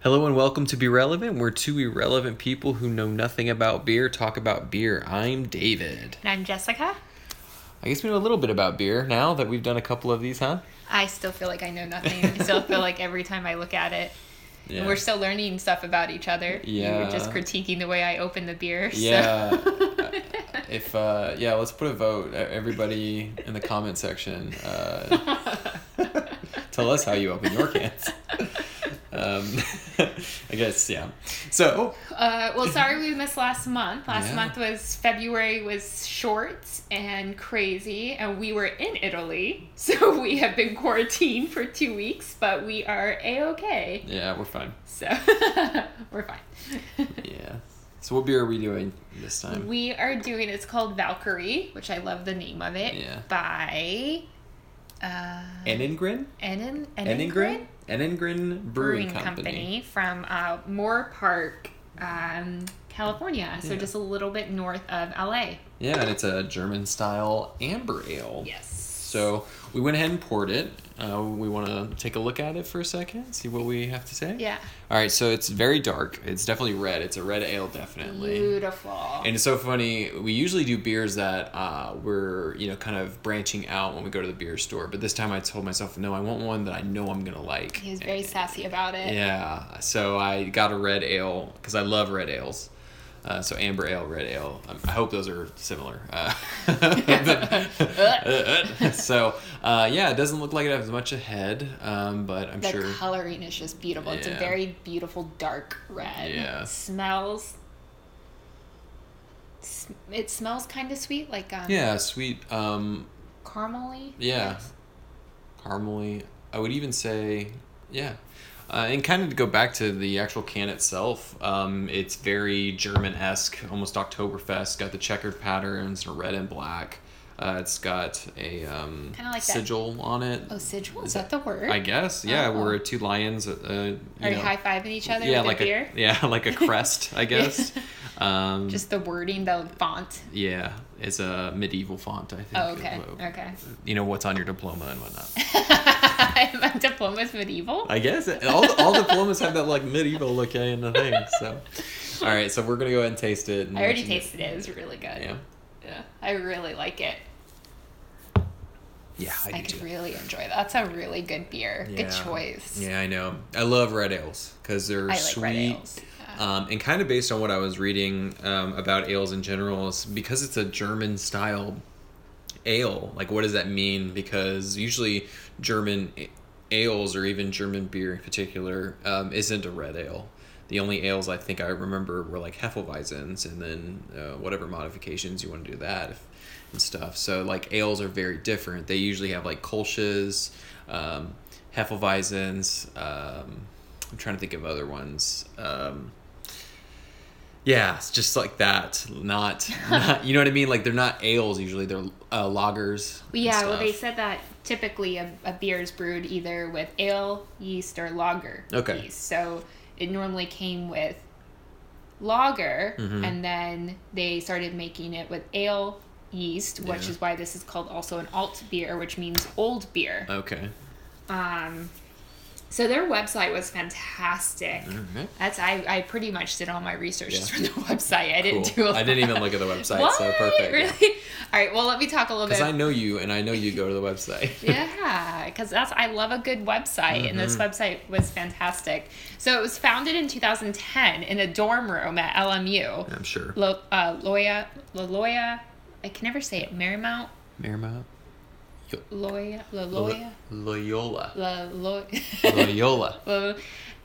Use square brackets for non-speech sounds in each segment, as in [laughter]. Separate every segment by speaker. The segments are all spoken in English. Speaker 1: Hello and welcome to Be Relevant, where two irrelevant people who know nothing about beer talk about beer. I'm David.
Speaker 2: And I'm Jessica.
Speaker 1: I guess we know a little bit about beer now that we've done a couple of these, huh?
Speaker 2: I still feel like I know nothing. I still feel like every time I look at it,
Speaker 1: Yeah.
Speaker 2: we're still learning stuff about each other. You were just
Speaker 1: Yeah.
Speaker 2: critiquing the way I open the beer. So. [laughs]
Speaker 1: Yeah. if uh, yeah, let's put a vote. E- Everybody in the comment section, uh,
Speaker 2: [laughs]
Speaker 1: tell us how you open your cans. Um, [laughs] I guess yeah. So
Speaker 2: Uh, well, sorry we missed last month. Last
Speaker 1: Yeah.
Speaker 2: month was February was short and crazy, and we were in Italy, [laughs] so we have been quarantined for two weeks, but we are a okay.
Speaker 1: yeah, we're fine.
Speaker 2: So [laughs] we're fine. [laughs]
Speaker 1: Yeah. So what beer are we doing this time?
Speaker 2: We are doing it's called Valkyrie, which I love the name of it.
Speaker 1: Yeah.
Speaker 2: By uh
Speaker 1: Eningrin.
Speaker 2: Enin
Speaker 1: Eningrin. Eningrin Brewing,
Speaker 2: Brewing
Speaker 1: Company.
Speaker 2: Company from uh Moore Park, um, California. So
Speaker 1: Yeah.
Speaker 2: just a little bit north of LA.
Speaker 1: Yeah, and it's a German style amber ale.
Speaker 2: Yes.
Speaker 1: So we went ahead and poured it. Uh, we want to take a look at it for a second, see what we have to say.
Speaker 2: Yeah.
Speaker 1: All right, so it's very dark. It's definitely red. It's a red ale, definitely.
Speaker 2: Mm. Beautiful.
Speaker 1: And it's so funny. We usually do beers that uh, we're you know kind of branching out when we go to the beer store, but this time I told myself, no, I want one that I know I'm gonna like.
Speaker 2: he was very sassy about it.
Speaker 1: Yeah, so I got a red ale because I love red ales. Uh, so amber ale, red ale. Um, I hope those are similar. Uh, [laughs] so uh, yeah, it doesn't look like it has much ahead, um, but I'm
Speaker 2: The
Speaker 1: sure.
Speaker 2: coloring is just beautiful. It's a
Speaker 1: Yeah.
Speaker 2: very beautiful dark red.
Speaker 1: Yeah.
Speaker 2: Smells. sm- It smells kind of sweet, like um,
Speaker 1: Yeah, sweet. Um,
Speaker 2: caramelly.
Speaker 1: yeah, caramely. I would even say yeah. Uh, and kind of to go back to the actual can itself, um, it's very German esque, almost Oktoberfest. Got the checkered patterns, red and black. Uh, it's got a um,
Speaker 2: Kinda like that-
Speaker 1: sigil on it.
Speaker 2: Oh, sigil? Is that the word?
Speaker 1: I guess, yeah.
Speaker 2: Oh.
Speaker 1: We're two lions. Uh, you
Speaker 2: Are
Speaker 1: know.
Speaker 2: you high fiving each other
Speaker 1: yeah,
Speaker 2: with
Speaker 1: like
Speaker 2: a beer?
Speaker 1: a yeah, [laughs] like a crest,
Speaker 2: [laughs]
Speaker 1: I guess. um,
Speaker 2: Just the wording, the font.
Speaker 1: yeah, it's a medieval font, I think.
Speaker 2: Oh, okay.
Speaker 1: Uh,
Speaker 2: Okay.
Speaker 1: [laughs]
Speaker 2: [laughs]
Speaker 1: You know what's on your diploma and whatnot.
Speaker 2: My diploma's medieval.
Speaker 1: I guess it- all all diplomas have that like medieval look in the thing. So, all right, so we're gonna go ahead and taste it. And
Speaker 2: I already
Speaker 1: let you-
Speaker 2: tasted it. It was really good.
Speaker 1: Yeah,
Speaker 2: Yeah, I really like it.
Speaker 1: yeah, I,
Speaker 2: I,
Speaker 1: do.
Speaker 2: could
Speaker 1: too.
Speaker 2: really enjoy that. That's a really good beer.
Speaker 1: Yeah.
Speaker 2: Good choice.
Speaker 1: Yeah, I know. I love red ales because they're
Speaker 2: I like
Speaker 1: sweet.
Speaker 2: red ales. Yeah.
Speaker 1: Um, and kind of based on what I was reading um, about ales in general, is because it's a German style ale. Like, what does that mean? Because usually German a- ales or even German beer in particular um, isn't a red ale. The only ales I think I remember were like Hefeweizens and then uh, whatever modifications you want to do that if, and stuff. So like ales are very different. They usually have like Kolsch's, um, Hefeweizens. Um, I'm trying to think of other ones. Um, yeah, it's just like that.
Speaker 2: [laughs]
Speaker 1: Not, not, you know what I mean? Like they're not ales usually. They're uh, lagers.
Speaker 2: Well, yeah, well, they
Speaker 1: say.
Speaker 2: said that typically a, a beer is brewed either with ale yeast or lager
Speaker 1: Okay.
Speaker 2: yeast. So it normally came with lager,
Speaker 1: Mm-hmm.
Speaker 2: and then they started making it with ale yeast, which
Speaker 1: Yeah.
Speaker 2: is why this is called also an alt beer, which means old beer.
Speaker 1: Okay.
Speaker 2: Um, so their website was fantastic.
Speaker 1: Alright.
Speaker 2: That's I, I pretty much did all my research
Speaker 1: Mm. Yeah.
Speaker 2: just from the [laughs] website. I didn't
Speaker 1: Cool.
Speaker 2: do. I
Speaker 1: I didn't even look at the website,
Speaker 2: What?
Speaker 1: so perfect.
Speaker 2: Really? All right. Well, let me talk a little bit.
Speaker 1: Because I know you, and I know you go to the website.
Speaker 2: yeah because that's i love a good website
Speaker 1: Mm-hmm.
Speaker 2: and this website was fantastic so it was founded in 2010 in a dorm room at lmu
Speaker 1: [laughs] I'm sure.
Speaker 2: Lo, uh, loya loya i can never say it marymount
Speaker 1: Marymount.
Speaker 2: loya loya
Speaker 1: Loyola.
Speaker 2: [laughs] loya
Speaker 1: Loyola.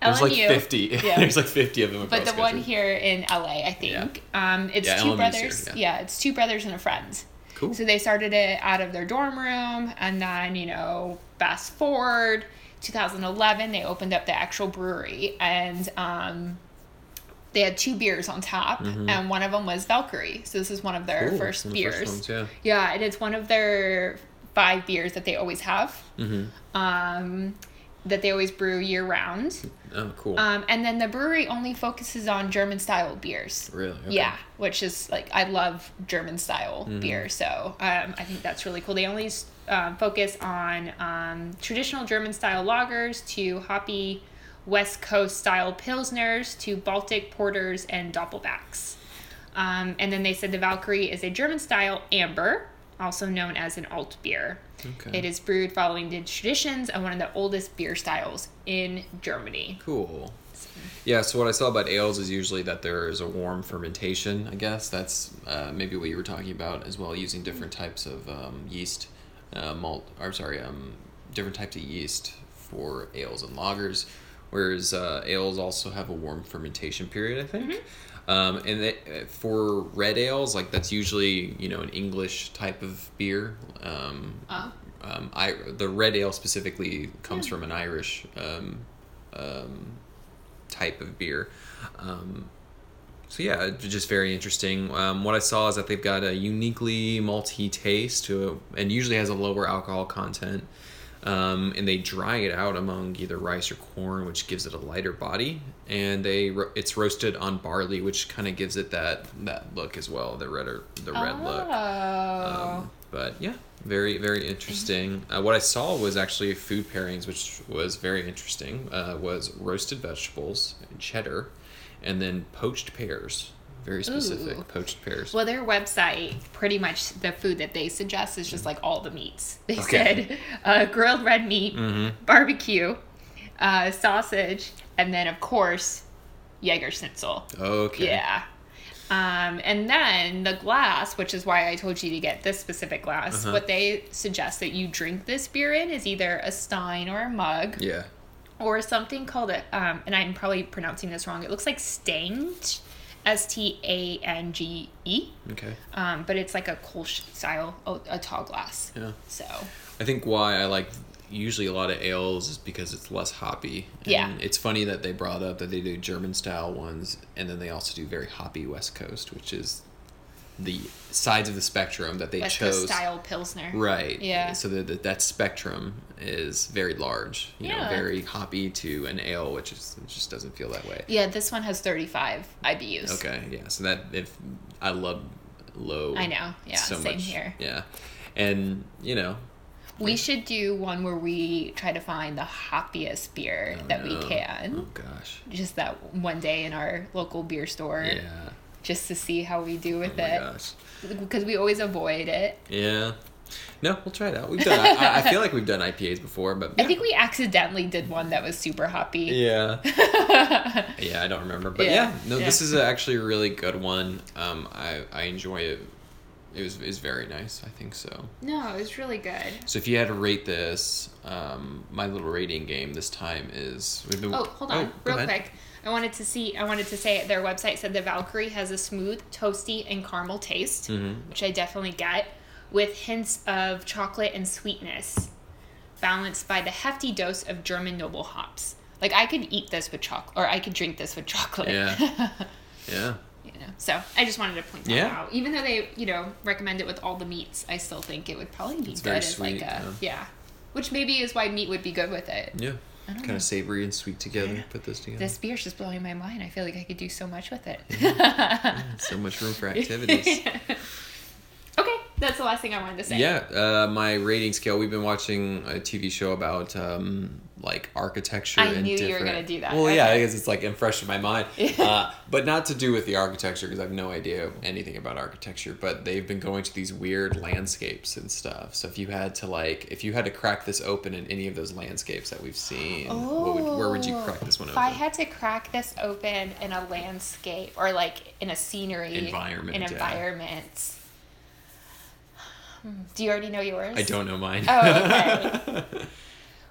Speaker 1: There's like [laughs] 50.
Speaker 2: Yeah.
Speaker 1: There's like 50 of them across
Speaker 2: but the one
Speaker 1: country.
Speaker 2: here in LA, I think. Um, it's
Speaker 1: Yeah,
Speaker 2: two
Speaker 1: LMU's here,
Speaker 2: brothers.
Speaker 1: yeah.
Speaker 2: yeah. it's two brothers and a friend.
Speaker 1: Cool.
Speaker 2: So they started it out of their dorm room, and then you know, fast forward 2011, they opened up the actual brewery, and um, they had two beers on tap, and one of them was Valkyrie. So this is one of their
Speaker 1: Cool.
Speaker 2: first
Speaker 1: Mm-hmm. One of the
Speaker 2: beers.
Speaker 1: first ones, yeah.
Speaker 2: Yeah, and it's one of their five beers that they always have.
Speaker 1: Mm-hmm.
Speaker 2: Um, that they always brew year round.
Speaker 1: Oh, cool.
Speaker 2: Um, and then the brewery only focuses on German style beers.
Speaker 1: really? Okay. Mm-hmm.
Speaker 2: Yeah, which is like I love German style beer, so um, I think that's really cool. They only um, focus on um, traditional German style lagers to hoppy West Coast style Pilsners to Baltic Porters and Doppelbacks. Um, and then they said the Valkyrie is a German style amber, also known as an alt beer.
Speaker 1: Okay.
Speaker 2: It is brewed following the traditions of one of the oldest beer styles in Germany.
Speaker 1: Cool. Yeah, so what I saw about ales is usually that there is a warm fermentation, I guess. That's uh, maybe what you were talking about as well, using different types of um, yeast, uh, malt, or sorry, um, different types of yeast for ales and lagers. Whereas uh, ales also have a warm fermentation period, I think. Um, and they, for red ales, like that's usually, you know, an English type of beer. Um,
Speaker 2: Oh.
Speaker 1: um, I, the red ale specifically comes from an Irish um, type of beer. Um, so yeah, it's just very interesting. Um, what I saw is that they've got a uniquely malty taste to it, and usually has a lower alcohol content. Um, and they dry it out among either rice or corn, which gives it a lighter body. And they ro- it's roasted on barley, which kind of gives it that that look as well, the red or the red
Speaker 2: Ah.
Speaker 1: look.
Speaker 2: Oh.
Speaker 1: Um, but yeah, very very interesting. Uh, what I saw was actually food pairings, which was very interesting. Uh, was roasted vegetables, and cheddar, and then poached pears. Very specific
Speaker 2: Ooh.
Speaker 1: poached pears.
Speaker 2: Well, their website, pretty much the food that they suggest is just like all the meats. [laughs] They
Speaker 1: Okay. Mm-hmm.
Speaker 2: said uh, grilled red meat, barbecue, uh, sausage, and then, of course, Jaeger Schnitzel.
Speaker 1: Okay.
Speaker 2: Yeah. Um, and then the glass, which is why I told you to get this specific glass,
Speaker 1: Uh-huh.
Speaker 2: what they suggest that you drink this beer in is either a stein or a mug
Speaker 1: Yeah.
Speaker 2: or something called a, um, and I'm probably pronouncing this wrong. It looks like stanged, S T A N G E,
Speaker 1: Okay.
Speaker 2: um, but it's like a Kolsch style, o- a tall glass.
Speaker 1: Yeah.
Speaker 2: So,
Speaker 1: I think why I like usually a lot of ales is because it's less hoppy. And
Speaker 2: Yeah.
Speaker 1: It's funny that they brought up that they do German style ones and then they also do very hoppy West Coast, which is the sides of the spectrum that they
Speaker 2: West
Speaker 1: chose.
Speaker 2: Coast style Pilsner.
Speaker 1: Right.
Speaker 2: Yeah.
Speaker 1: So that that that spectrum is very large. You know,
Speaker 2: Yeah.
Speaker 1: very hoppy to an ale, which is it just doesn't feel that way.
Speaker 2: Yeah, this one has 35 IBUs.
Speaker 1: Okay. Yeah. So that if I love low.
Speaker 2: I know, yeah, same here.
Speaker 1: Yeah. And you know,
Speaker 2: We should do one where we try to find the hoppiest beer
Speaker 1: I
Speaker 2: that
Speaker 1: don't
Speaker 2: we
Speaker 1: know.
Speaker 2: can.
Speaker 1: Oh gosh.
Speaker 2: Just that one day in our local beer store,
Speaker 1: Yeah.
Speaker 2: just to see how we do
Speaker 1: Oh
Speaker 2: with
Speaker 1: my
Speaker 2: it.
Speaker 1: gosh.
Speaker 2: Because we always avoid it.
Speaker 1: Yeah. No, we'll try it out. We've done. I, I feel like we've done IPAs before, but
Speaker 2: I think we accidentally did one that was super hoppy. [laughs]
Speaker 1: Yeah. yeah, I don't remember, but yeah,
Speaker 2: Yeah,
Speaker 1: no, this
Speaker 2: yeah.
Speaker 1: is actually a really good one. Um, I I enjoy it. It was is very nice. I think so.
Speaker 2: No, it was really good.
Speaker 1: So if you had to rate this, um, my little rating game this time is we've been.
Speaker 2: Oh, hold on,
Speaker 1: go
Speaker 2: real
Speaker 1: ahead.
Speaker 2: quick. I wanted to see. I wanted to say their website said the Valkyrie has a smooth, toasty, and caramel taste,
Speaker 1: Mm-hmm.
Speaker 2: which I definitely get, with hints of chocolate and sweetness, balanced by the hefty dose of German noble hops. Like I could eat this with chocolate, or I could drink this with chocolate.
Speaker 1: Yeah. Yeah.
Speaker 2: [laughs] you know. So I just wanted to point that
Speaker 1: Yeah.
Speaker 2: out. Even though they, you know, recommend it with all the meats, I still think it would probably be
Speaker 1: It's
Speaker 2: good
Speaker 1: very
Speaker 2: as like a
Speaker 1: sweet, yeah.
Speaker 2: yeah. Which maybe is why meat would be good with it.
Speaker 1: Yeah.
Speaker 2: don't
Speaker 1: Kind
Speaker 2: know.
Speaker 1: of savory and sweet together. Put this together.
Speaker 2: This beer's just blowing my mind. I feel like I could do so much with it. [laughs]
Speaker 1: so much room for activities.
Speaker 2: okay, that's the last thing I wanted to say.
Speaker 1: Yeah, uh, my rating scale. We've been watching a TV show about um, like architecture.
Speaker 2: I
Speaker 1: and
Speaker 2: knew you were
Speaker 1: different...
Speaker 2: gonna do that.
Speaker 1: Well, yeah,
Speaker 2: Okay.
Speaker 1: I guess it's like and fresh in my
Speaker 2: [laughs]
Speaker 1: mind, uh, but not to do with the architecture because I have no idea anything about architecture. But they've been going to these weird landscapes and stuff. So if you had to like, if you had to crack this open in any of those landscapes that we've seen, what would, where would you crack this one
Speaker 2: Oh, If
Speaker 1: open?
Speaker 2: I had to crack this open in a landscape or like in a scenery
Speaker 1: Environment,
Speaker 2: in
Speaker 1: yeah.
Speaker 2: environment. Hmm, Do you already know yours?
Speaker 1: I don't know mine.
Speaker 2: Oh, okay.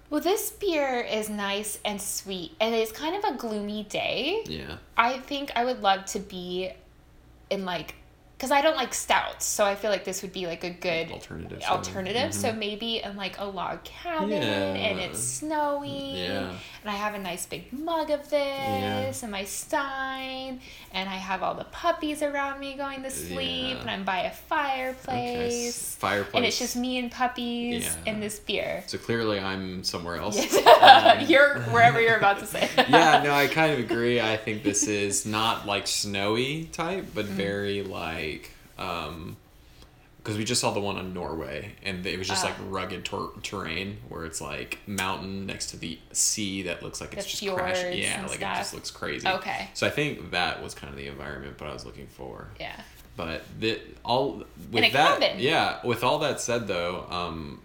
Speaker 2: well, this beer is nice and sweet, and it's kind of a gloomy day.
Speaker 1: [laughs] yeah.
Speaker 2: I think I would love to be in like, because I don't like stouts, so I feel like this would be like a good
Speaker 1: Alternative, Mm-hmm. so-
Speaker 2: alternative. So, maybe in like a log cabin, and
Speaker 1: Yeah.
Speaker 2: it's snowy,
Speaker 1: Yeah.
Speaker 2: and I have a nice big mug of this, and my stein, and I have all the puppies around me going to sleep,
Speaker 1: Yeah.
Speaker 2: and I'm by a
Speaker 1: Okay.
Speaker 2: fireplace.
Speaker 1: s- Fireplace.
Speaker 2: And it's just me and puppies
Speaker 1: Yeah.
Speaker 2: and this beer.
Speaker 1: So clearly, I'm somewhere else.
Speaker 2: [laughs] you're wherever you're about to say.
Speaker 1: Um, [laughs] yeah, no, I kind of agree. I think this
Speaker 2: Mm.
Speaker 1: is not like snowy type, but very like um because we just saw the one on Norway, and it was just
Speaker 2: Ah.
Speaker 1: like rugged ter- terrain where it's like mountain next to the sea that looks like it's just crashing.
Speaker 2: fjords
Speaker 1: Yeah,
Speaker 2: and
Speaker 1: like it
Speaker 2: stuff.
Speaker 1: just looks crazy.
Speaker 2: Okay.
Speaker 1: So I think that was kind of the environment, but I was looking for.
Speaker 2: [laughs] Yeah.
Speaker 1: But the all with
Speaker 2: In a
Speaker 1: that,
Speaker 2: cabin.
Speaker 1: yeah. With all that said, though, um,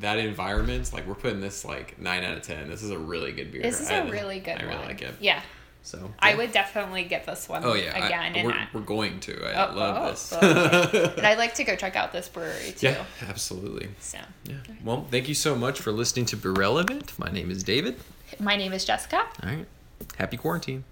Speaker 1: that environment, like we're putting this like nine out of ten. This is a really good beer.
Speaker 2: This is
Speaker 1: a
Speaker 2: a really good
Speaker 1: I
Speaker 2: one.
Speaker 1: really like it.
Speaker 2: Yeah.
Speaker 1: So
Speaker 2: I
Speaker 1: yeah.
Speaker 2: would definitely get this one
Speaker 1: Oh yeah, I-
Speaker 2: again. and,
Speaker 1: we're,
Speaker 2: I,
Speaker 1: we're going to. I
Speaker 2: Oh,
Speaker 1: love
Speaker 2: oh,
Speaker 1: this. [laughs]
Speaker 2: and I'd like to go check out this brewery too.
Speaker 1: yeah, absolutely.
Speaker 2: So,
Speaker 1: Yeah. Well, thank you so much for listening to Irrelevant. My name is David.
Speaker 2: my name is Jessica.
Speaker 1: All right. Happy quarantine.